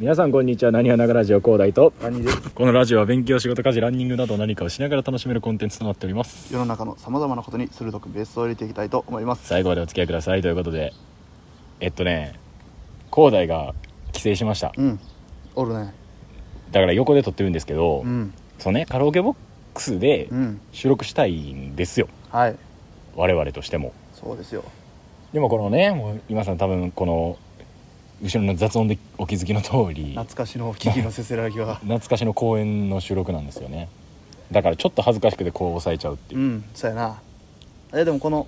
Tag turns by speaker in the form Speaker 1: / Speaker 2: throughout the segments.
Speaker 1: 皆さんこんにちはなにわながラジオ広大と
Speaker 2: 兄です
Speaker 1: このラジオは勉強仕事家事ランニングなど何かをしながら楽しめるコンテンツとなっております
Speaker 2: 世の中のさまざまなことに鋭くベースを入れていきたいと思います
Speaker 1: 最後までお付き合いくださいということでえっとね広大が帰省しました
Speaker 2: うんおるね
Speaker 1: だから横で撮ってるんですけど、
Speaker 2: うん
Speaker 1: そうねカラオケボックスで
Speaker 2: うん
Speaker 1: 収録したいんですよ
Speaker 2: はい
Speaker 1: 我々としても
Speaker 2: そうですよ
Speaker 1: でもこのねもう今さん多分この後ろの雑音でお気づきの通り
Speaker 2: 懐かしの危機のせせらぎは
Speaker 1: 懐かしの公演の収録なんですよねだからちょっと恥ずかしくてこう抑えちゃうっていうう、
Speaker 2: ん そうやなえでもこの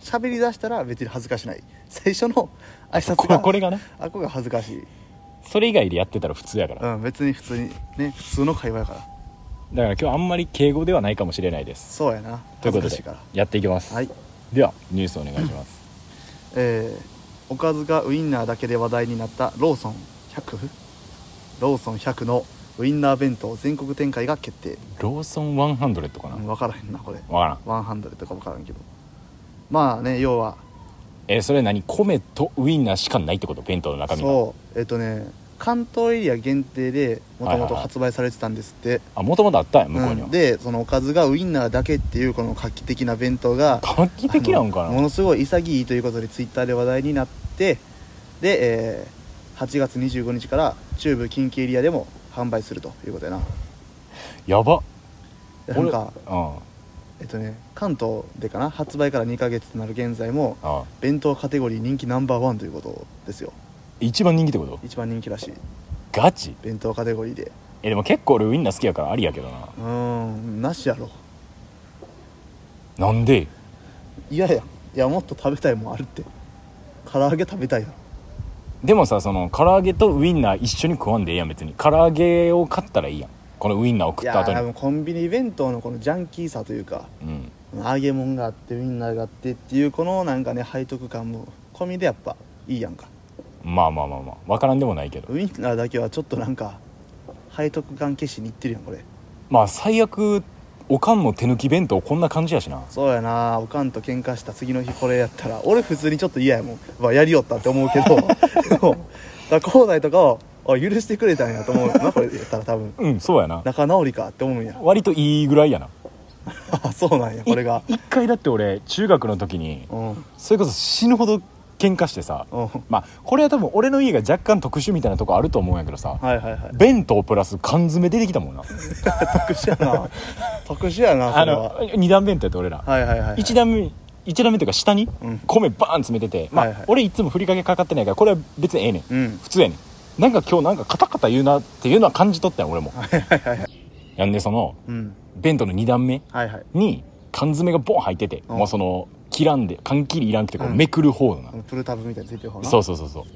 Speaker 2: 喋り出したら別に恥ずかしない最初の挨拶
Speaker 1: こ
Speaker 2: が
Speaker 1: れこれがね
Speaker 2: あこれが恥ずかしい
Speaker 1: それ以外でやってたら普通やから、
Speaker 2: うん別に普通にね普通の会話やから
Speaker 1: だから今日あんまり敬語ではないかもしれないです
Speaker 2: そうやな
Speaker 1: という
Speaker 2: 恥
Speaker 1: こと
Speaker 2: ずかしい
Speaker 1: で
Speaker 2: から
Speaker 1: やっていきます、
Speaker 2: はい
Speaker 1: ではニュースお願いします
Speaker 2: えーおかずがウインナーだけで話題になったローソン100ローソン100のウインナー弁当全国展開が決定
Speaker 1: ローソン100かな、
Speaker 2: うん分からへんなこれ
Speaker 1: わからん
Speaker 2: ワンハンドルとか分からんけどまあね要は
Speaker 1: えーそれ何米とウインナーしかないってこと弁当の中身が
Speaker 2: そうえっ、とね関東エリア限定でもとも
Speaker 1: はいはい
Speaker 2: と
Speaker 1: はい
Speaker 2: 発売されてたんですって、
Speaker 1: あもともとあったんや向こうには、
Speaker 2: うんでそのおかずがウインナーだけっていうこの画期的な弁当が
Speaker 1: 画期的なんか
Speaker 2: あ
Speaker 1: な
Speaker 2: のものすごい潔いということでツイッターで話題になってで、えー8月25日から中部近畿エリアでも販売するということやな
Speaker 1: やば
Speaker 2: なんか
Speaker 1: 俺うん
Speaker 2: えっとね関東でかな発売から2ヶ月となる現在も
Speaker 1: あ
Speaker 2: 弁当カテゴリー人気ナンバーワンということですよ
Speaker 1: 一番人気ってこと
Speaker 2: 一番人気らしい
Speaker 1: ガチ
Speaker 2: 弁当カテゴリーで
Speaker 1: えでも結構俺ウインナー好きやからありやけどな
Speaker 2: うーんなしやろ
Speaker 1: なんで
Speaker 2: いやいやいやもっと食べたいもんあるって唐揚げ食べたいやろ
Speaker 1: でもさその唐揚げとウインナー一緒に食わんでええやん別に唐揚げを買ったらいいやんこのウインナーを食
Speaker 2: い
Speaker 1: った
Speaker 2: や
Speaker 1: 後
Speaker 2: 多
Speaker 1: に
Speaker 2: 分コンビニ弁当のこのジャンキーさというか
Speaker 1: うん
Speaker 2: 揚げ物があってウインナーがあってっていうこのなんかね背徳感も込みでやっぱいいやんか
Speaker 1: まあまあまあまあ分からんでもないけど
Speaker 2: ウインナーだけはちょっとなんか背徳感消しにいってるやんこれ
Speaker 1: まあ最悪おかんの手抜き弁当こんな感じやしな
Speaker 2: そうやなおかんと喧嘩した次の日これやったら俺普通にちょっと嫌やもん、まあ、やりよったって思うけど でもだから兄弟とかをあ許してくれたんやと思うなこれやったら多分
Speaker 1: うんそうやな
Speaker 2: 仲直りかって思うんや
Speaker 1: 割といいぐらいやな
Speaker 2: あそうなんやこれが
Speaker 1: い一回だって俺中学の時に
Speaker 2: うんうん
Speaker 1: それこそ死ぬほど喧嘩してさ
Speaker 2: は
Speaker 1: まあこれは多分俺の家が若干特殊みたいなとこあると思うんやけどさ
Speaker 2: いはいはい
Speaker 1: 弁当プラス缶詰出てきたもんな
Speaker 2: 特殊やな特殊やなそ
Speaker 1: あ
Speaker 2: れ
Speaker 1: の
Speaker 2: は
Speaker 1: 2段弁当やって俺ら
Speaker 2: はいはいはい
Speaker 1: 1段目一段目というか下に
Speaker 2: うん
Speaker 1: 米バーン詰めてて、まあ
Speaker 2: はいはい
Speaker 1: 俺いつもふりかけかかってないからこれは別にええねん
Speaker 2: うん
Speaker 1: 普通やねんなんか今日なんかカタカタ言うなっていうのは感じ取ったよ俺もなんでその
Speaker 2: うん
Speaker 1: 弁当の2段目
Speaker 2: はいはい
Speaker 1: に缶詰がボン入ってて、
Speaker 2: うん
Speaker 1: もうその切らんで缶切りいらんくてこう
Speaker 2: うん
Speaker 1: めくる方のな
Speaker 2: あ、のプルタブみたいについてる方な
Speaker 1: そうそうそうそうっ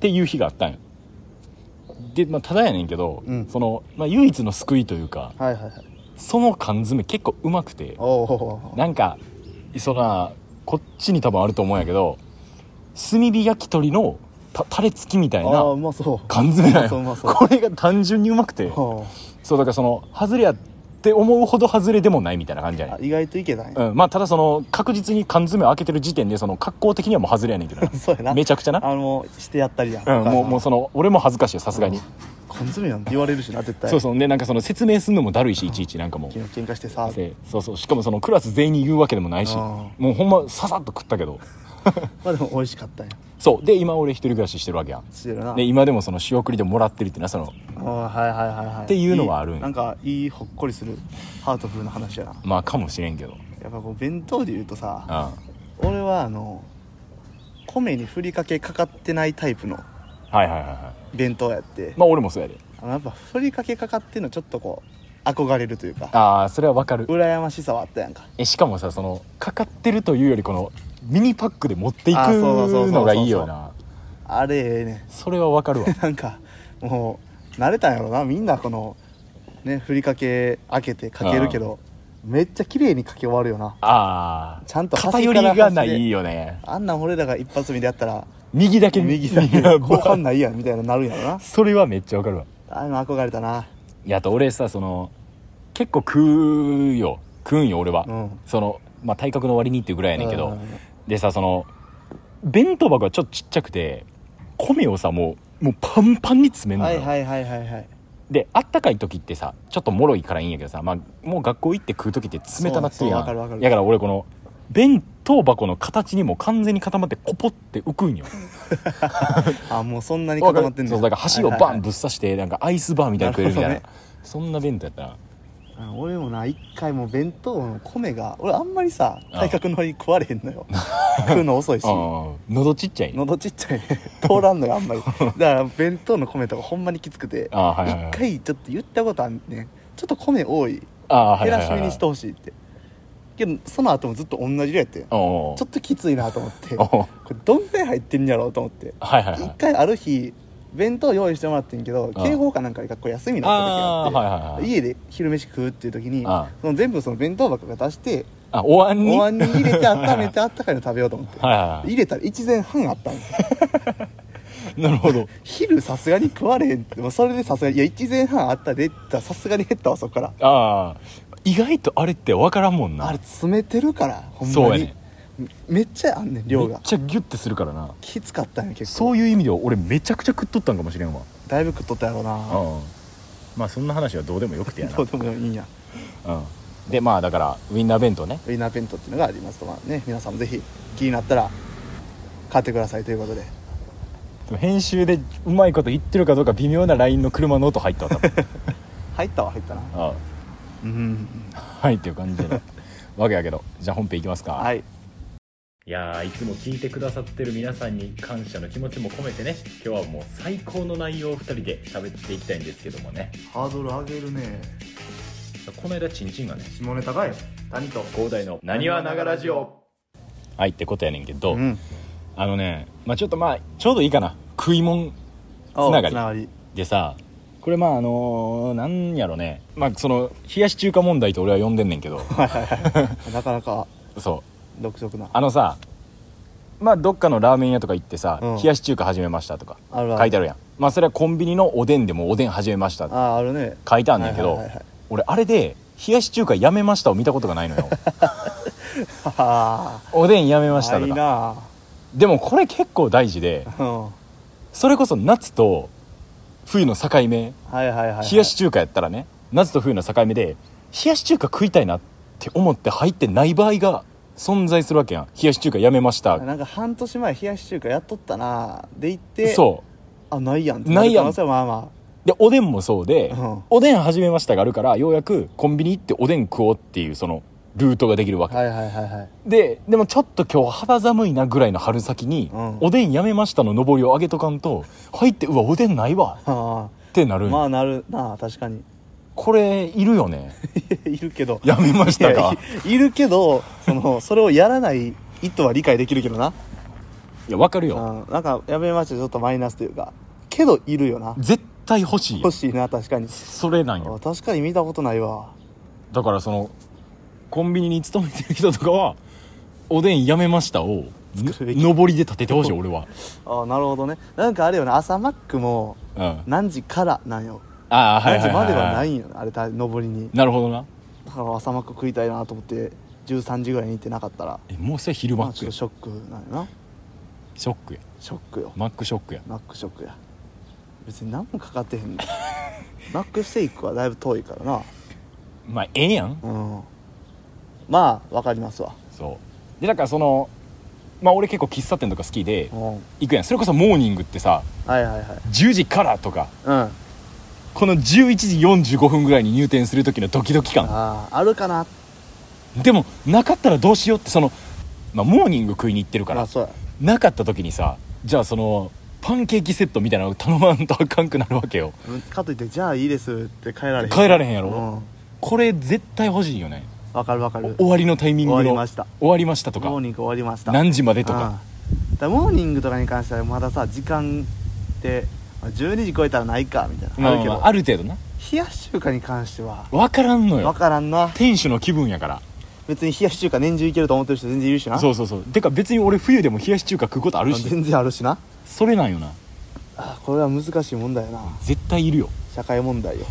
Speaker 1: ていう日があったんよで、まあ、ただやねんけど、
Speaker 2: うん
Speaker 1: その、まあ、唯一の救いというか
Speaker 2: はいはいはい
Speaker 1: その缶詰結構うまくて
Speaker 2: おお
Speaker 1: なんかそらこっちに多分あると思うんやけど炭火焼き鳥のたタレ付きみたい
Speaker 2: ああ
Speaker 1: な
Speaker 2: うまそう
Speaker 1: 缶詰なんよ
Speaker 2: うまそううまそう
Speaker 1: これが単純にうまくて
Speaker 2: は
Speaker 1: そうだからその外れやって思うほど外れでもないみたいな感じやね
Speaker 2: ああ
Speaker 1: ん
Speaker 2: 意外といけたんや
Speaker 1: うん、まあただその確実に缶詰開けてる時点でその格好的にはもう外れやねんけど
Speaker 2: そうやな
Speaker 1: なめちゃくちゃな、
Speaker 2: あのしてやったりや
Speaker 1: うん、もうもう
Speaker 2: さ
Speaker 1: その俺も恥ずかしいよさすがに
Speaker 2: 缶詰なんて言われるしな絶対
Speaker 1: そうそうでなんかその説明すんのもだるいしいちいちなんかもう
Speaker 2: 昨日喧嘩してさ
Speaker 1: せそうそうしかもそのクラス全員に言うわけでもないし
Speaker 2: あ
Speaker 1: もうほんまささっと食ったけど
Speaker 2: まあでも美味しかったんや
Speaker 1: そうで今俺一人暮らししてるわけやん
Speaker 2: してるな
Speaker 1: で今でもその仕送りでもらってるってなその
Speaker 2: あーはいはいはいはい
Speaker 1: っていうのはあるんや
Speaker 2: なんかいいほっこりするハートフルな話やな
Speaker 1: まあかもしれんけど
Speaker 2: やっぱこう弁当で言うと
Speaker 1: う
Speaker 2: さ
Speaker 1: んは
Speaker 2: 俺はあの米にふりかけかかってないタイプの
Speaker 1: いはいはいは
Speaker 2: 弁当やって
Speaker 1: いまあ俺もそうやで
Speaker 2: あのやっぱふりかけかかってんのちょっとこう憧れるというか
Speaker 1: ああそれはわかる
Speaker 2: 羨ましさはあったやんか
Speaker 1: えしかもさそのかかってるというよりこのミニパックで持っていく
Speaker 2: あそうそうそうそうそう
Speaker 1: のがいいよな
Speaker 2: あれええね
Speaker 1: それはわかるわ
Speaker 2: なんかもう慣れたんやろなみんなこのねふりかけ開けてかけるけどめっちゃ綺麗にかけ終わるよな
Speaker 1: ああ
Speaker 2: ちゃんと端から
Speaker 1: 偏りがな
Speaker 2: 端で
Speaker 1: いよね
Speaker 2: あんなん俺らが一発目でやったら
Speaker 1: 右だけ
Speaker 2: 右だけ後半ないやんみたいななるんやろな
Speaker 1: それはめっちゃわかるわ
Speaker 2: ああいうの憧れたない
Speaker 1: やあと俺さその結構食うよ食うんよ俺は、
Speaker 2: うん
Speaker 1: そのまあ体格の割にっていうぐらいやねんけど、
Speaker 2: うん
Speaker 1: でさその弁当箱がちょっとちっちゃくて米をさもうもうパンパンに詰めんの
Speaker 2: は
Speaker 1: よ、
Speaker 2: いはいはいはいはい
Speaker 1: であったかい時ってさちょっともろいからいいんやけどさ、まあ、もう学校行って食う時って冷たなってるやん
Speaker 2: そうそうわかるわかる
Speaker 1: だから俺この弁当箱の形にもう完全に固まってコポって浮くんよ
Speaker 2: あもうそんなに固まってんの
Speaker 1: そうだから箸をバンぶ
Speaker 2: ッ
Speaker 1: っ刺してなんかアイスバーみたいに食えるみたいな
Speaker 2: なるほ
Speaker 1: そんな弁当やったな
Speaker 2: 俺もな一回もう弁当の米が俺あんまりさ体格の割に食われへんのよ食うの遅いし
Speaker 1: うん喉ちっちゃい
Speaker 2: 喉ちっちゃいね通らんのよ あんまりだから弁当の米とかほんまにきつくて
Speaker 1: ああはいはいはい
Speaker 2: 一回ちょっと言ったことあんねんちょっと米多い
Speaker 1: ああは
Speaker 2: 減
Speaker 1: いは
Speaker 2: ら
Speaker 1: い
Speaker 2: し
Speaker 1: はい
Speaker 2: めにしてほしいってけどその後もずっと同じ量やってんちょ
Speaker 1: おうおう
Speaker 2: っときついなと思って
Speaker 1: お
Speaker 2: こ
Speaker 1: う
Speaker 2: れどんぐらい入ってんやろうと思って
Speaker 1: はいはいは
Speaker 2: 一
Speaker 1: い
Speaker 2: 回ある日弁当用意してもらってんけど
Speaker 1: あ
Speaker 2: 警報かなんかで学校休みにな
Speaker 1: あ
Speaker 2: った時
Speaker 1: あ
Speaker 2: が
Speaker 1: はい
Speaker 2: あっ
Speaker 1: はいは
Speaker 2: て
Speaker 1: い
Speaker 2: 家で昼飯食うっていう時に
Speaker 1: あ
Speaker 2: その全部その弁当箱が出して
Speaker 1: あお椀に
Speaker 2: お椀に入れて温め
Speaker 1: はい
Speaker 2: てあったかいの食べようと思って
Speaker 1: はいは
Speaker 2: 入れたら1膳半あったん
Speaker 1: いなるほど
Speaker 2: 昼さすがに食われへんってもうそれでさすがに「いや1膳半あったで」って言ったらさすがに減ったわそっから
Speaker 1: ああ意外とあれって分からんもんな
Speaker 2: あれ詰めてるからほん
Speaker 1: そう
Speaker 2: ま
Speaker 1: や
Speaker 2: に、
Speaker 1: ね
Speaker 2: めめっちゃあんねん量
Speaker 1: め
Speaker 2: が
Speaker 1: っちゃギュッてするからな
Speaker 2: きつかったんや結構
Speaker 1: そういう意味では俺めちゃくちゃ食っとったんかもしれんわ
Speaker 2: だいぶ食っとったやろう
Speaker 1: う
Speaker 2: なん
Speaker 1: まあそんな話はどうでもよくてやな
Speaker 2: どうでもいいんや
Speaker 1: うんでまあだからウインナー弁当ね
Speaker 2: ウィンナーペントっていうのがありますとまあね皆さんもぜひ気になったら買ってくださいということで
Speaker 1: 編集でうまいこと言ってるかどうか微妙な LINE の車の音入ったわ多分
Speaker 2: 入ったは入ったな
Speaker 1: ああ
Speaker 2: うん
Speaker 1: はいっていう感じでわけやけどじゃあ本編いきますか
Speaker 2: はい
Speaker 1: いやーいつも聞いてくださってる皆さんに感謝の気持ちも込めてね今日はもう最高の内容を2人で喋っていきたいんですけどもね
Speaker 2: ハードル上げるね
Speaker 1: この間チンチンがね
Speaker 2: 下ネタかよ谷と
Speaker 1: 広大のなにわながラジオはいってことやねんけど、
Speaker 2: うん
Speaker 1: あのね、まあ、ちょっとまあちょうどいいかな食いもん
Speaker 2: お
Speaker 1: つながり
Speaker 2: つながり
Speaker 1: でさこれまああのーなんやろねまあその冷やし中華問題と俺は呼んでんねんけど
Speaker 2: なかなか
Speaker 1: そう
Speaker 2: 独特な
Speaker 1: あのさまあどっかのラーメン屋とか行ってさ、
Speaker 2: うん
Speaker 1: 冷やし中華始めましたとか
Speaker 2: あるある
Speaker 1: 書いてあるやんまあそれはコンビニのおでんでもおでん始めましたって
Speaker 2: ああある ね
Speaker 1: 書いてあんねんけど、
Speaker 2: はいはいはいはい
Speaker 1: 俺あれで冷やし中華やめましたを見たことがないの よ
Speaker 2: はは
Speaker 1: おでんやめました
Speaker 2: ー
Speaker 1: と
Speaker 2: いい
Speaker 1: か
Speaker 2: な
Speaker 1: でもこれ結構大事で
Speaker 2: うん
Speaker 1: それこそ夏と冬の境目
Speaker 2: はいはいはいはい
Speaker 1: 冷やし中華やったらね夏と冬の境目で冷やし中華食いたいなって思って入ってない場合が存在するわけやん冷やし中華やめました
Speaker 2: なんか半年前冷やし中華やっとったなで行って
Speaker 1: そう
Speaker 2: あないやんって
Speaker 1: ないやん
Speaker 2: る可能性はまあま
Speaker 1: でおでんもそうで、
Speaker 2: うん
Speaker 1: おでん始めましたがあるからようやくコンビニ行っておでん食おうっていうそのルートができるわけ、
Speaker 2: あはいはいはいはい
Speaker 1: ででもちょっと今日肌寒いなぐらいの春先に、
Speaker 2: うん
Speaker 1: おでんやめましたの上りを上げとかんと入ってうわおでんないわ
Speaker 2: あ
Speaker 1: ってなる
Speaker 2: あ
Speaker 1: んよ、
Speaker 2: まあなるな確かに
Speaker 1: これいるよね
Speaker 2: いるけど
Speaker 1: やめましたか
Speaker 2: いやいいるけどそのそれをやらない意図は理解できるけどな、
Speaker 1: いやわかる
Speaker 2: う
Speaker 1: よ、
Speaker 2: ん、なんかやめましたちょっとマイナスというかけどいるよな
Speaker 1: 絶対欲しいよ
Speaker 2: 欲しいな確かに
Speaker 1: それなんよ
Speaker 2: あ確かに見たことないわ
Speaker 1: だからそのコンビニに勤めてる人とかはおでんやめましたを
Speaker 2: 作るべき
Speaker 1: 上りで立ててほしい俺は、
Speaker 2: ああなるほどねなんかあれよね朝マックも
Speaker 1: うん、あ
Speaker 2: 何時からなんよ
Speaker 1: あはい
Speaker 2: 何
Speaker 1: は
Speaker 2: 時
Speaker 1: いは
Speaker 2: ま
Speaker 1: い
Speaker 2: ではないいんよあれた上りに
Speaker 1: なるほどな
Speaker 2: だから朝マック食いたいなと思って13時ぐらいに行ってなかったら
Speaker 1: えもうそれ昼マ
Speaker 2: まあ
Speaker 1: ッ
Speaker 2: ち
Speaker 1: ク
Speaker 2: ょっ
Speaker 1: や
Speaker 2: とショックなんやな
Speaker 1: ショックや
Speaker 2: ショックよ
Speaker 1: マックショックや
Speaker 2: マックショックや別に何もかかって へんマックステイクはだいぶ遠いからな
Speaker 1: まあええやん
Speaker 2: うんまあわかりますわ
Speaker 1: そうでだからそのまあ俺結構喫茶店とか好きで
Speaker 2: うんはい
Speaker 1: 行くやんそれこそモーニングってさ
Speaker 2: はいはい
Speaker 1: 10時からとか
Speaker 2: うんあ
Speaker 1: この11時45分ぐらいに入店する時のドキドキ感
Speaker 2: ああるかな
Speaker 1: でもなかったらどうしようってその、まあ、モーニング食いに行ってるか
Speaker 2: まあ
Speaker 1: ら
Speaker 2: そうや
Speaker 1: なかった時にさじゃあそのパンケーキセットみたいなの頼まんとあかんくなるわけよ
Speaker 2: うんかといってじゃあいいですって帰られへん
Speaker 1: 帰られへんやろ
Speaker 2: うん
Speaker 1: これ絶対欲しいよね
Speaker 2: わかるわかる
Speaker 1: 終わりのタイミングの
Speaker 2: 終わりました
Speaker 1: 終わりましたとか
Speaker 2: モーニング終わりました
Speaker 1: 何時までとか
Speaker 2: うんだからモーニングとかに関してはまださ時間ってまあ12時超えたらないかみたいな、
Speaker 1: ま
Speaker 2: あ
Speaker 1: あ
Speaker 2: るけ
Speaker 1: ま
Speaker 2: ど
Speaker 1: あある程度な
Speaker 2: 冷やし中華に関しては
Speaker 1: 分からんのよ
Speaker 2: 分からんな
Speaker 1: 店主の気分やから
Speaker 2: 別に冷やし中華年中いけると思ってる人全然いるしな
Speaker 1: そうそうそうてか別に俺冬でも冷やし中華食うことあるし
Speaker 2: 全然あるしな
Speaker 1: それなんよな
Speaker 2: あこれは難しい問題やな
Speaker 1: 絶対いるよ
Speaker 2: 社会問題よ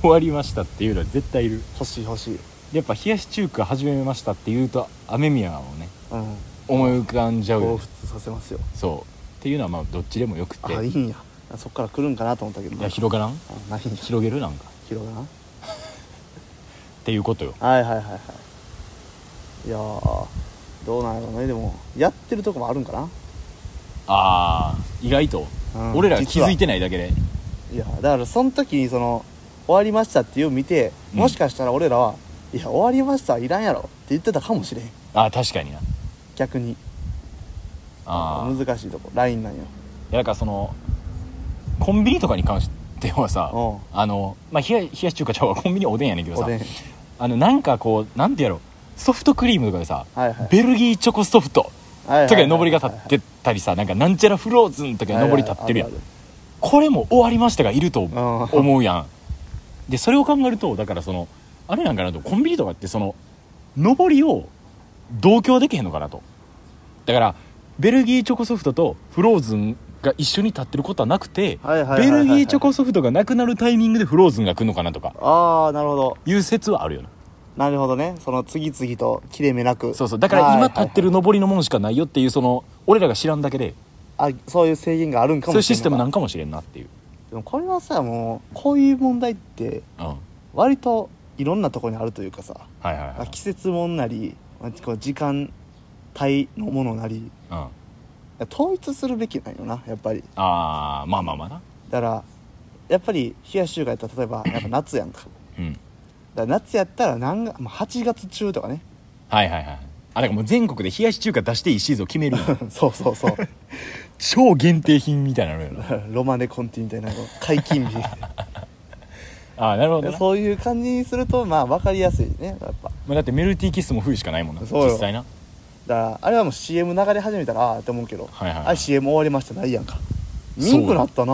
Speaker 1: 終わりましたっていうのは絶対いる
Speaker 2: 欲しい欲しい
Speaker 1: やっぱ冷やし中華始めましたって言うと雨宮をね
Speaker 2: うん
Speaker 1: 思い浮かんじゃうよ
Speaker 2: 彷
Speaker 1: ね
Speaker 2: 彿させますよ
Speaker 1: そうっていうのはまあどっちでもよくて
Speaker 2: あいいんやそっから来るんかなと思ったけど
Speaker 1: いや広がらん
Speaker 2: あないんや
Speaker 1: 広げるなんか
Speaker 2: 広がらん
Speaker 1: っていうことよ
Speaker 2: はいはいはいはいいやーどうなんやろうねでもやってるとこもあるんかな
Speaker 1: ああ意外と、
Speaker 2: うん
Speaker 1: 俺らが気づいてないだけで
Speaker 2: いやだからその時にその終わりましたっていうのを見て
Speaker 1: うん
Speaker 2: もしかしたら俺らは、いや終わりましたはいらんやろって言ってたかもしれん
Speaker 1: ああ確かにな
Speaker 2: 逆に
Speaker 1: ああ
Speaker 2: 難しいとこラインなんよ
Speaker 1: いやだからそのコンビニとかに関してはさ
Speaker 2: うん
Speaker 1: あの、まあ、冷や冷やし中華ちゃうわコンビニおでんやねんけど
Speaker 2: お
Speaker 1: さ
Speaker 2: でん
Speaker 1: あのなんかこうなんてやろうソフトクリームとかでさ、
Speaker 2: はいはい
Speaker 1: ベルギーチョコソフト
Speaker 2: はいはいはいはい
Speaker 1: とかのぼりが立ってたりさなんかなんちゃらフローズンとかのぼり立ってるやん
Speaker 2: はいはい
Speaker 1: これも終わりましたがいると
Speaker 2: ん
Speaker 1: 思うやんでそれを考えるとだからそのあれなんかなとコンビニとかってその上りを同居できへんのかなとだからベルギーチョコソフトとフローズンが一緒に立ってることはなくて
Speaker 2: はいはいはい
Speaker 1: ベ
Speaker 2: はいは
Speaker 1: ル
Speaker 2: い
Speaker 1: ギーチョコソフトがなくなるタイミングでフローズンが来るのかなとか
Speaker 2: ああなるほど
Speaker 1: いう説はあるよな
Speaker 2: なるほどねその次々と切れ目なく
Speaker 1: そうそうだから
Speaker 2: は
Speaker 1: 今
Speaker 2: いはいは
Speaker 1: 立
Speaker 2: い
Speaker 1: ってる上りのものしかないよっていうその俺らが知らんだけで
Speaker 2: あそういう制限があるんか
Speaker 1: そうい
Speaker 2: も
Speaker 1: う
Speaker 2: しれ
Speaker 1: シ
Speaker 2: ん
Speaker 1: ステム
Speaker 2: のか
Speaker 1: なんかもしれんなっていう
Speaker 2: でもこれはさもうこういう問題って
Speaker 1: うんはい
Speaker 2: 割といろんなところにあるというかさ
Speaker 1: はいは
Speaker 2: あ
Speaker 1: い
Speaker 2: 季節もんなりまあこう時間帯のものなり
Speaker 1: うんあ
Speaker 2: 統一するべきなんよなやっぱり
Speaker 1: あーまあまあまあな
Speaker 2: だからやっぱり冷やし中華やったら例えばやっぱ夏やんかだか
Speaker 1: うん
Speaker 2: ら夏やったら何が、まあ、8月中とかね
Speaker 1: はいはいはいあだからもう全国で冷やし中華出していいシーズンを決めるんや
Speaker 2: そうそうそう
Speaker 1: 超限定品みたいなのよな
Speaker 2: ロマネコンティみたいなこう解 禁日
Speaker 1: ああなるほどな、ま
Speaker 2: そういう感じにするとまあ分かりやすいねやっぱ
Speaker 1: あ、だってメルティーキッスも冬しかないもんな
Speaker 2: そうよ
Speaker 1: 実際な
Speaker 2: だからあれはもう CM 流れ始めたらああって思うけど、
Speaker 1: はいはいはい
Speaker 2: あれ CM 終わりましたないやんか
Speaker 1: そう
Speaker 2: 見んくなったな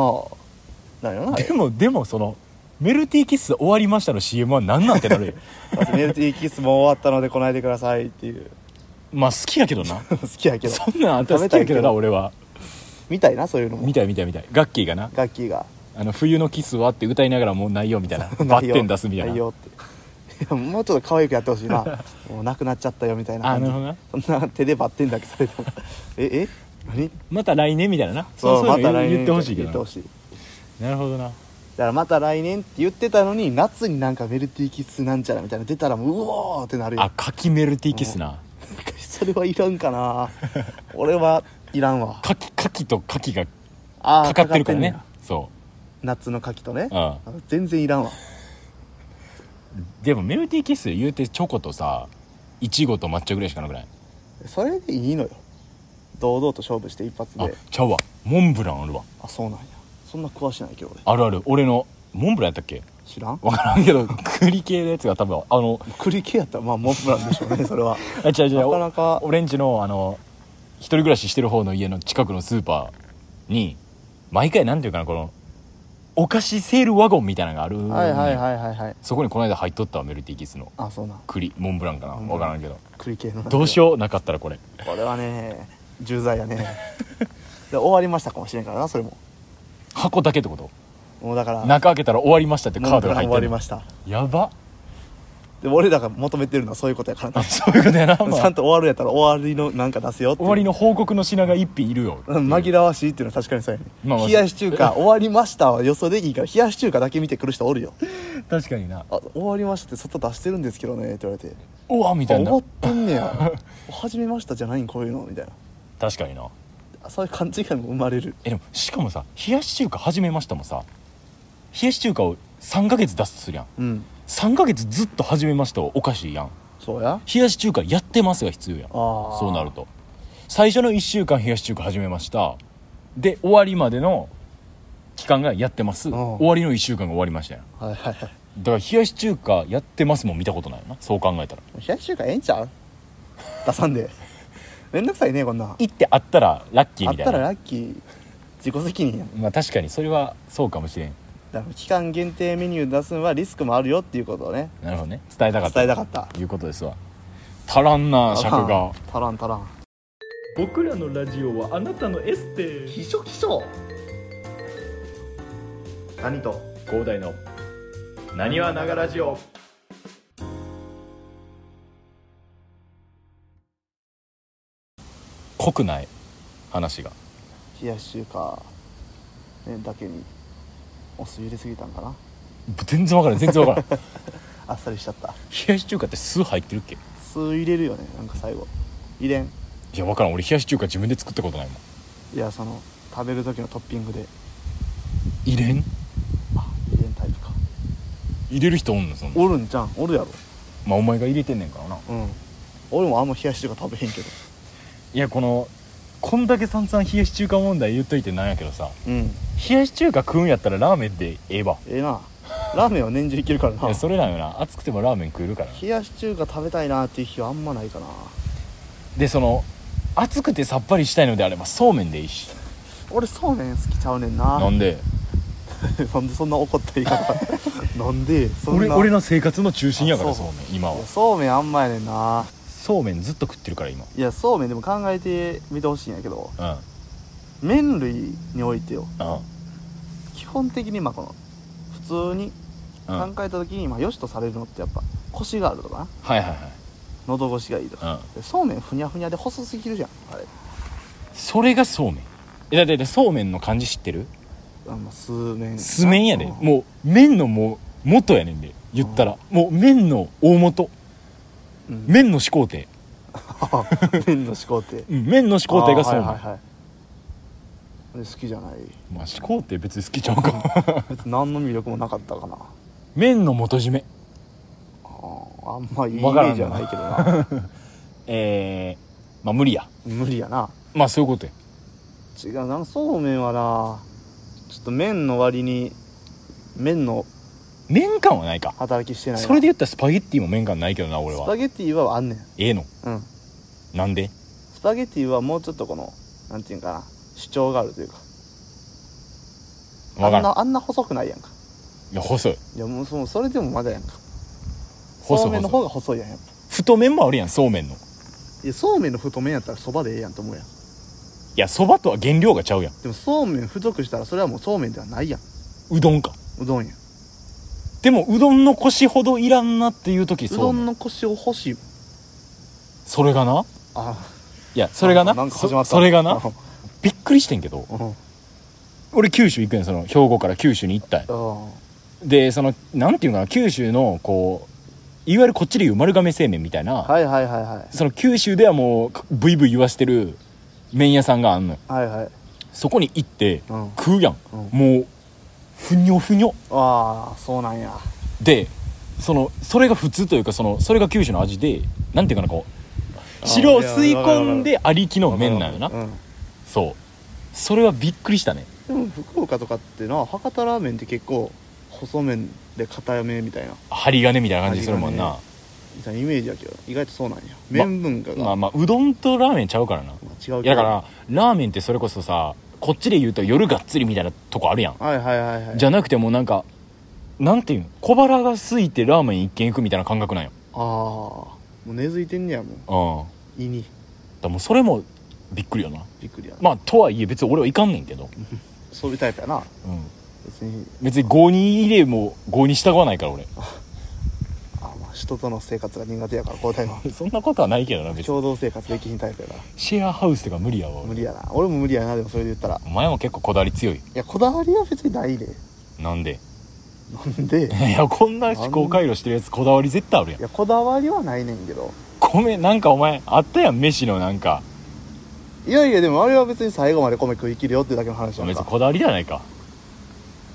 Speaker 2: なんよなあ れ
Speaker 1: でもでもそのメルティーキッス終わりましたの CM は何なんてなるよ
Speaker 2: メルティーキスも終わったので来ないでくださいっていう
Speaker 1: まあ好きやけどな
Speaker 2: 好きやけ ど
Speaker 1: そんなんあんた好きやけどな俺は
Speaker 2: 見たいなそういうのも
Speaker 1: 見たい見たい見たいガッキーがな
Speaker 2: ガッキーが
Speaker 1: あの冬のキスはって歌いながらもうないよみたい なバッテン出すみたい
Speaker 2: 内
Speaker 1: な
Speaker 2: 容っていやもうちょっと可愛くやってほしい なもうなくなっちゃったよみたいな
Speaker 1: あなるほ
Speaker 2: 感
Speaker 1: どな
Speaker 2: じそんな手でバッテンだけされても ええ何
Speaker 1: また来年みたいななそうそういうの言,、言ってほしいけ
Speaker 2: 言って
Speaker 1: ど
Speaker 2: ほ
Speaker 1: な
Speaker 2: しい
Speaker 1: なるほどな
Speaker 2: だからまた来年って言ってたのに夏になんかメルティーキスなんちゃらみたいなの出たらもううおーってなるよ
Speaker 1: あ柿メルティーキスな
Speaker 2: それはいらんかな 俺はいらんわ
Speaker 1: 柿柿と柿が
Speaker 2: あー
Speaker 1: かかってるからね
Speaker 2: かかってんや
Speaker 1: そ
Speaker 2: 夏の牡蠣とね
Speaker 1: う、うん、
Speaker 2: 全然いらんわ
Speaker 1: でもメルティーキッス言うてチョコとさいちごと抹茶ぐらいしかなくない
Speaker 2: それでいいのよ堂々と勝負して一発
Speaker 1: あ
Speaker 2: で
Speaker 1: ちゃうわモンブランあるわ
Speaker 2: あそうなんやそんな詳しないけど俺
Speaker 1: あるある俺のモンブランやったっけ
Speaker 2: 知らん
Speaker 1: わからんけ ど栗系のやつが多分あの
Speaker 2: 栗系やったらまあモンブランでしょうねそれは
Speaker 1: あ違う違う
Speaker 2: なかなか
Speaker 1: オレンジのあの一人暮らししてる方の家の近くのスーパーに毎回なんていうかなこのお菓子セールワゴンみたいなのがある、
Speaker 2: はいはいはいはいはい
Speaker 1: そこにこの間入っとったわメルティーキッスの
Speaker 2: あそうなん
Speaker 1: 栗モンブランかな
Speaker 2: うん
Speaker 1: わからんけど、
Speaker 2: 栗系の
Speaker 1: どうしようなかったらこれ
Speaker 2: うこれはね重罪やねで終わりましたかもしれんからなそれも
Speaker 1: 箱だけってこと
Speaker 2: もうだから
Speaker 1: 中開けたら終わりましたってカ
Speaker 2: モ
Speaker 1: ー
Speaker 2: ン
Speaker 1: ド
Speaker 2: ブ
Speaker 1: が
Speaker 2: ラン
Speaker 1: 入
Speaker 2: 終
Speaker 1: っ
Speaker 2: わ
Speaker 1: て
Speaker 2: り
Speaker 1: る
Speaker 2: ました
Speaker 1: やば
Speaker 2: で俺らが求めてるのはそういうことやから
Speaker 1: あ
Speaker 2: な
Speaker 1: そういうことやな、 まあ
Speaker 2: ちゃんと終わるやったら終わりのなんか出すよってい
Speaker 1: 終
Speaker 2: う
Speaker 1: わりの報告の品が一品いるよ
Speaker 2: うん紛らわしいっていうのは確かにそうやね、
Speaker 1: まあまあ
Speaker 2: 冷やし中華終わりましたは予想できいから冷やし中華だけ見てくる人おるよ
Speaker 1: 確かにな
Speaker 2: あ終わりましたって外出してるんですけどねって言われて
Speaker 1: うわみ
Speaker 2: あ
Speaker 1: たい
Speaker 2: 終
Speaker 1: な
Speaker 2: わってんね や始めましたじゃないんこういうのみたいな
Speaker 1: 確かにな
Speaker 2: あそういう勘違いも生まれる
Speaker 1: えでもしかもさ冷やし中華始めましたもんさ冷やし中華を3ヶ月出すとするやん
Speaker 2: うん
Speaker 1: 3ヶ月ずっと始めましたはおかしいやん
Speaker 2: そうや
Speaker 1: 冷やし中華やってますが必要やん
Speaker 2: ああ
Speaker 1: そうなると最初の1週間冷やし中華始めましたで終わりまでの期間がやってます
Speaker 2: ん
Speaker 1: 終わりの1週間が終わりましたやん
Speaker 2: はいはいはい
Speaker 1: だから冷やし中華やってますもん見たことないよなそう考えたら
Speaker 2: 冷やし中華ええんちゃう出さ んでめんどくさいねこんなん
Speaker 1: 行ってあったらラッキー
Speaker 2: あっ
Speaker 1: みたいな
Speaker 2: たらラッキー自己責任やん
Speaker 1: まあ確かにそれはそうかもしれん
Speaker 2: だから期間限定メニュー出すのはリスクもあるよっていうことをね
Speaker 1: なるほどね伝えたかった
Speaker 2: 伝えたかった
Speaker 1: いうことですわ足らんな尺が
Speaker 2: 足らん足らん
Speaker 1: 僕らのラジオはあなたのエステ
Speaker 2: 秘書秘書何と
Speaker 1: 広大のなにわながラジオ濃くない話が
Speaker 2: 冷やし中華ね、だけにお酢入れすぎたんかな
Speaker 1: 全然わからん全然わからん 冷
Speaker 2: あっさりしちゃった
Speaker 1: やし中華って酢入ってるっけ
Speaker 2: 酢入れるよねなんか最後入れん
Speaker 1: いやわからん俺冷やし中華自分で作ったことないもん
Speaker 2: いやその食べる時のトッピングで
Speaker 1: 入れん
Speaker 2: あ入れんタイプか
Speaker 1: 入れる人おんのそんな
Speaker 2: おるんじゃんおるやろ
Speaker 1: まあお前が入れてんねんからな
Speaker 2: うん俺もあんま冷やし中華食べへんけど
Speaker 1: いやこのこんだけ散々冷やし中華問題言っといてなんやけどさ
Speaker 2: うん
Speaker 1: 冷やし中華食うんやったらラーメンでええわ
Speaker 2: ええなラーメンは年中いけるから
Speaker 1: い
Speaker 2: な
Speaker 1: やそれなんよな暑くてもラーメン食えるからな
Speaker 2: 冷やし中華食べたいなっていう日はあんまないかな
Speaker 1: でその暑くてさっぱりしたいのであればそうめんでいいし
Speaker 2: 俺そうめん好きちゃうねんな
Speaker 1: なんで
Speaker 2: なんでそんな怒った言 い方なんでそん
Speaker 1: 俺
Speaker 2: な
Speaker 1: 俺の生活の中心やから
Speaker 2: あ
Speaker 1: そ
Speaker 2: そう
Speaker 1: うめん今
Speaker 2: い
Speaker 1: は
Speaker 2: やそうめんあんまやねんな
Speaker 1: そうめんずっと食ってるから今
Speaker 2: いやそうめんでも考えてみてほしいんやけど
Speaker 1: うん
Speaker 2: 麺類においてよ
Speaker 1: うん
Speaker 2: 基本的にまあこの普通に
Speaker 1: うん
Speaker 2: 考えた時にまあ良しとされるのってやっぱコシがあるとかな
Speaker 1: はいは
Speaker 2: 喉越しがいいと
Speaker 1: い
Speaker 2: か、
Speaker 1: はい、うん、
Speaker 2: でそうめんふにゃふにゃで細すぎるじゃんあれ
Speaker 1: それがそうめんえだってだってそうめんの漢字知ってる
Speaker 2: あの酢麺
Speaker 1: 酢麺やで
Speaker 2: うん
Speaker 1: もう麺のもう元やねんで言ったらもう麺の大元
Speaker 2: うん
Speaker 1: 麺の始皇帝
Speaker 2: 麺の始皇帝
Speaker 1: うん麺の始皇帝がそうめん、
Speaker 2: あーはいはいはいで好きじゃない
Speaker 1: まあ始皇帝別に好きちゃうか
Speaker 2: 別に何の魅力もなかったかな
Speaker 1: 麺の元締め
Speaker 2: あーあんまいいイメ
Speaker 1: わからんな
Speaker 2: ージはないけどな
Speaker 1: えー、まあ無理や
Speaker 2: 無理やな
Speaker 1: まあそういうことや
Speaker 2: 違うなそうめんはなちょっと麺の割に麺の
Speaker 1: 麺感はないか
Speaker 2: 働きしてないな
Speaker 1: それで言ったらスパゲッティも麺感ないけどな俺
Speaker 2: スパ
Speaker 1: は
Speaker 2: ゲッティはあんねん
Speaker 1: ええの
Speaker 2: うん
Speaker 1: なんで
Speaker 2: スパゲッティはもうちょっとこのなんていうんかな主張があるというかあ
Speaker 1: わ
Speaker 2: ん
Speaker 1: からん
Speaker 2: なあんな細くないやんか
Speaker 1: いや細い
Speaker 2: いやもうそのそれでもまだやんか
Speaker 1: 細い
Speaker 2: そうめんの方が細いやんやっぱ
Speaker 1: 太麺もあるやんそうめんのい
Speaker 2: いやそうめんの太麺やったらそばでええやんと思うやん
Speaker 1: やそばとは原料がちゃうやん
Speaker 2: でもそうめん太くしたらそれはもうそうめんではないやん
Speaker 1: うどんか
Speaker 2: うどんやん
Speaker 1: でもうどんの腰ほどいらんなっていう時
Speaker 2: う
Speaker 1: そ
Speaker 2: ど
Speaker 1: うんめん
Speaker 2: の腰を欲しい
Speaker 1: それがな
Speaker 2: あ
Speaker 1: いやそれがな
Speaker 2: なんか始まった
Speaker 1: そそれがな
Speaker 2: うん
Speaker 1: びっくりしてんけど
Speaker 2: うん
Speaker 1: 俺九州行くんやその兵庫から九州に行ったんやでそのなんていうかな九州のこういわゆるこっちでいう丸亀製麺みたいな、
Speaker 2: はいはいはいはい
Speaker 1: その九州ではもうブイブイ言わしてる麺屋さんがあんのよ
Speaker 2: はいはい
Speaker 1: そこに行って
Speaker 2: うん
Speaker 1: 食うやん、
Speaker 2: うん
Speaker 1: もうふにょふにょ
Speaker 2: ああそうなんや
Speaker 1: でそのそれが普通というかそのそれが九州の味でなんていうかなこう
Speaker 2: あ
Speaker 1: 汁を
Speaker 2: いや
Speaker 1: 吸い込んでありきの麺なんよな
Speaker 2: うん
Speaker 1: そうそれはびっくりしたね
Speaker 2: でも福岡とかってな博多ラーメンって結構細麺で硬めみたいな
Speaker 1: 針金みたいな感じするもんな、
Speaker 2: 針みたいなイメージやけど意外とそうなんや麺文化が、
Speaker 1: まあまあうどんとラーメンちゃうからな
Speaker 2: まあ違う
Speaker 1: い
Speaker 2: け
Speaker 1: や
Speaker 2: ど
Speaker 1: だからラーメンってそれこそさこっちで言うと夜がっつりみたいなとこあるやん
Speaker 2: はいはいはいはい
Speaker 1: じ
Speaker 2: ゃ
Speaker 1: ゃなくてもうなんかなんていうん小腹が空いてラーメン一軒行くみたいな感覚なんよ
Speaker 2: ああもう根付いてんねやもう
Speaker 1: うん
Speaker 2: 胃に
Speaker 1: だからもうそれもびっくりよな
Speaker 2: びっくりやな、
Speaker 1: まあとはいえ別に俺はいかんねんけど、
Speaker 2: そういうタイプや
Speaker 1: う
Speaker 2: な
Speaker 1: ん、
Speaker 2: 別に
Speaker 1: 別に5に入れも5に従わないから俺
Speaker 2: あーまあ人との生活が苦手やから交 代は
Speaker 1: そんなことはないけどな別に
Speaker 2: 共同生活できひんタイプやから
Speaker 1: シェアハウスとか無理やわ
Speaker 2: 無
Speaker 1: 俺
Speaker 2: 理やな俺も無理やなでもそれで言ったら
Speaker 1: お前も結構こだわり強い
Speaker 2: いやこだわりは別にないで
Speaker 1: なんで
Speaker 2: なんで
Speaker 1: いやこんな思考回路してるやつこだわり絶対あるやん
Speaker 2: いやこだわりはないねんけど
Speaker 1: 米なんかお前あったやん飯のなんか
Speaker 2: いやいやでもあれは別に最後まで米食い切るよってだけの話やん
Speaker 1: 別に
Speaker 2: か
Speaker 1: こだわりではないか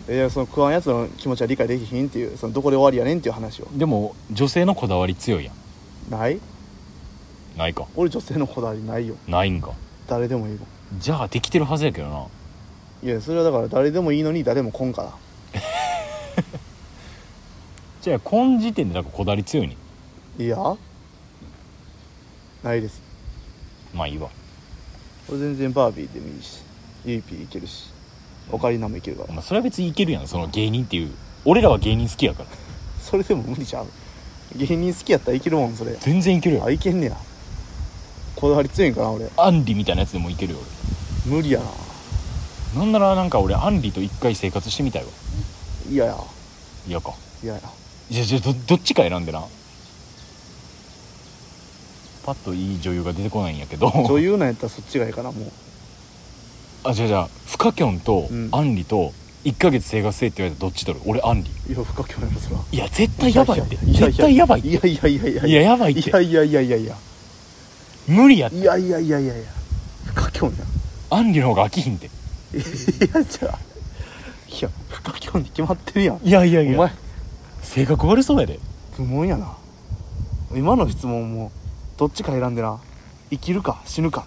Speaker 2: いやその食わんやつの気持ちは理解できひんっていうそのどこで終わりやねんっていう話を
Speaker 1: でも女性のこだわり強いやん
Speaker 2: ない
Speaker 1: ないか
Speaker 2: 俺女性のこだわりないよ
Speaker 1: ないんか
Speaker 2: 誰でもいいも
Speaker 1: じゃあできてるはずやけどなん
Speaker 2: いやそれはだから誰でもいいのに誰も来んから
Speaker 1: じゃあこん時点でなんかこだわり強いに
Speaker 2: いやないです
Speaker 1: まあいいわ
Speaker 2: 俺全然バービーでもいいしユーピーいけるしオカリナもいけるから
Speaker 1: まあそれは別にいけるやんその芸人っていう俺らは芸人好きやから
Speaker 2: それでも無理じゃん芸人好きやったらいけるもんそれ
Speaker 1: 全然いけるや
Speaker 2: あ
Speaker 1: ん
Speaker 2: いけんねやこだわり強いんかな俺
Speaker 1: アンリみたいなやつでもいけるよ
Speaker 2: 無理やな
Speaker 1: 俺なんならなんか俺アンリと一回生活してみたいわ
Speaker 2: 嫌や
Speaker 1: 嫌か
Speaker 2: 嫌や
Speaker 1: じゃあじゃあどどっちか選んでなパッといい女優が出てこないんやけど
Speaker 2: 女優なんやったらそっちがいいかなもう
Speaker 1: あじゃあじゃあフカキョンと
Speaker 2: うん
Speaker 1: アンリと1ヶ月生活制って言われたらどっち取る俺アンリ
Speaker 2: いや深く思いますが
Speaker 1: いや絶対やばいって
Speaker 2: いやいや
Speaker 1: 絶対やばいっ
Speaker 2: い
Speaker 1: て
Speaker 2: やいやいやいや
Speaker 1: いややばいって
Speaker 2: いやいやいやいやいや
Speaker 1: 無理やって
Speaker 2: いやいやいやいやいや深きょんや
Speaker 1: アンリの方が飽きひんて
Speaker 2: いやじゃあいや深きょんに決まってるやん
Speaker 1: いやいや
Speaker 2: お
Speaker 1: い
Speaker 2: 前
Speaker 1: や性格悪そうやで
Speaker 2: 愚問やな今の質問もどっちか選んでな生きるか死ぬか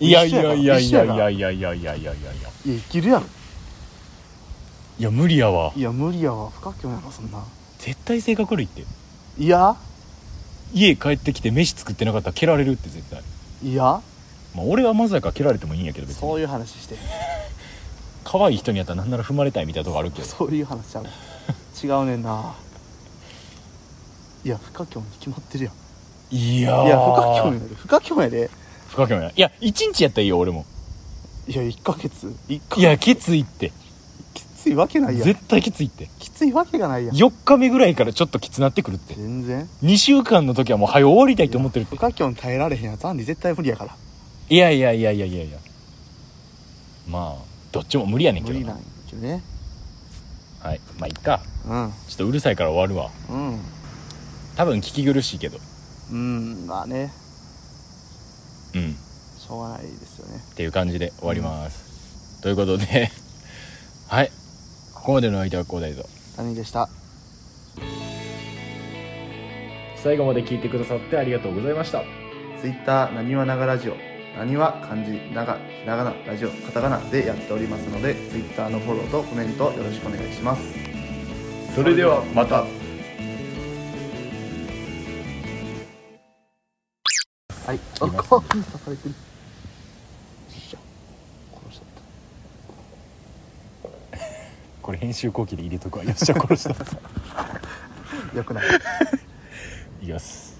Speaker 1: いやいやいやい
Speaker 2: 一
Speaker 1: や
Speaker 2: 緒や
Speaker 1: い
Speaker 2: な
Speaker 1: やいやいやいやいやいやいや
Speaker 2: いや生きるやろ
Speaker 1: いや無理やわ
Speaker 2: いや無理やわ深きょんやろそんな
Speaker 1: 絶対性格悪いって
Speaker 2: いや
Speaker 1: 家帰ってきて飯作ってなかったら蹴られるって絶対
Speaker 2: いや
Speaker 1: まあ俺はまずやから蹴られてもいいんやけど別
Speaker 2: そ
Speaker 1: に
Speaker 2: ういう話して
Speaker 1: 可愛い人にやったらなんなら踏まれたいみたいなとこあるけど
Speaker 2: そういう話ちゃう違うねんないや深きょんに決まってるやん
Speaker 1: いやー
Speaker 2: いや深きょんやで深きょんやで
Speaker 1: 不可能やいや一日やったらいいよ俺も
Speaker 2: いや1ヶ月1ヶ月
Speaker 1: いやきついって
Speaker 2: きついわけないやん
Speaker 1: 絶対きついって
Speaker 2: きついわけがないやん
Speaker 1: 4日目ぐらいからちょっときつなってくるって
Speaker 2: 全然
Speaker 1: 2週間の時はもう早う終わりたいと思ってるって
Speaker 2: 不可教に耐えられへんやつアンリ絶対無理やから
Speaker 1: いやいやいやいやいやいやまあどっちも無理やねん
Speaker 2: 無
Speaker 1: けど
Speaker 2: 理
Speaker 1: な
Speaker 2: なんやけどね
Speaker 1: はいまあいっか
Speaker 2: うん
Speaker 1: ちょっとうるさいから終わるわ
Speaker 2: うん
Speaker 1: 多分聞き苦しいけど
Speaker 2: うんまあね
Speaker 1: うん
Speaker 2: しょうがないですよね
Speaker 1: っていう感じで終わります、ということで はいここまでの相手はこうだいぞ
Speaker 2: 谷でした
Speaker 1: 最後まで聞いてくださってありがとうございました
Speaker 2: Twitter なにわながラジオなにわ漢字ながひらがなラジオカタカナでやっておりますので Twitter のフォローとコメントよろしくお願いします
Speaker 1: それではまた
Speaker 2: は
Speaker 1: い
Speaker 2: いあ
Speaker 1: きます
Speaker 2: こう刺されてるよっしゃ殺しちゃった
Speaker 1: これ編集 後期で入れとくわよっしゃ殺した
Speaker 2: よくない
Speaker 1: いきます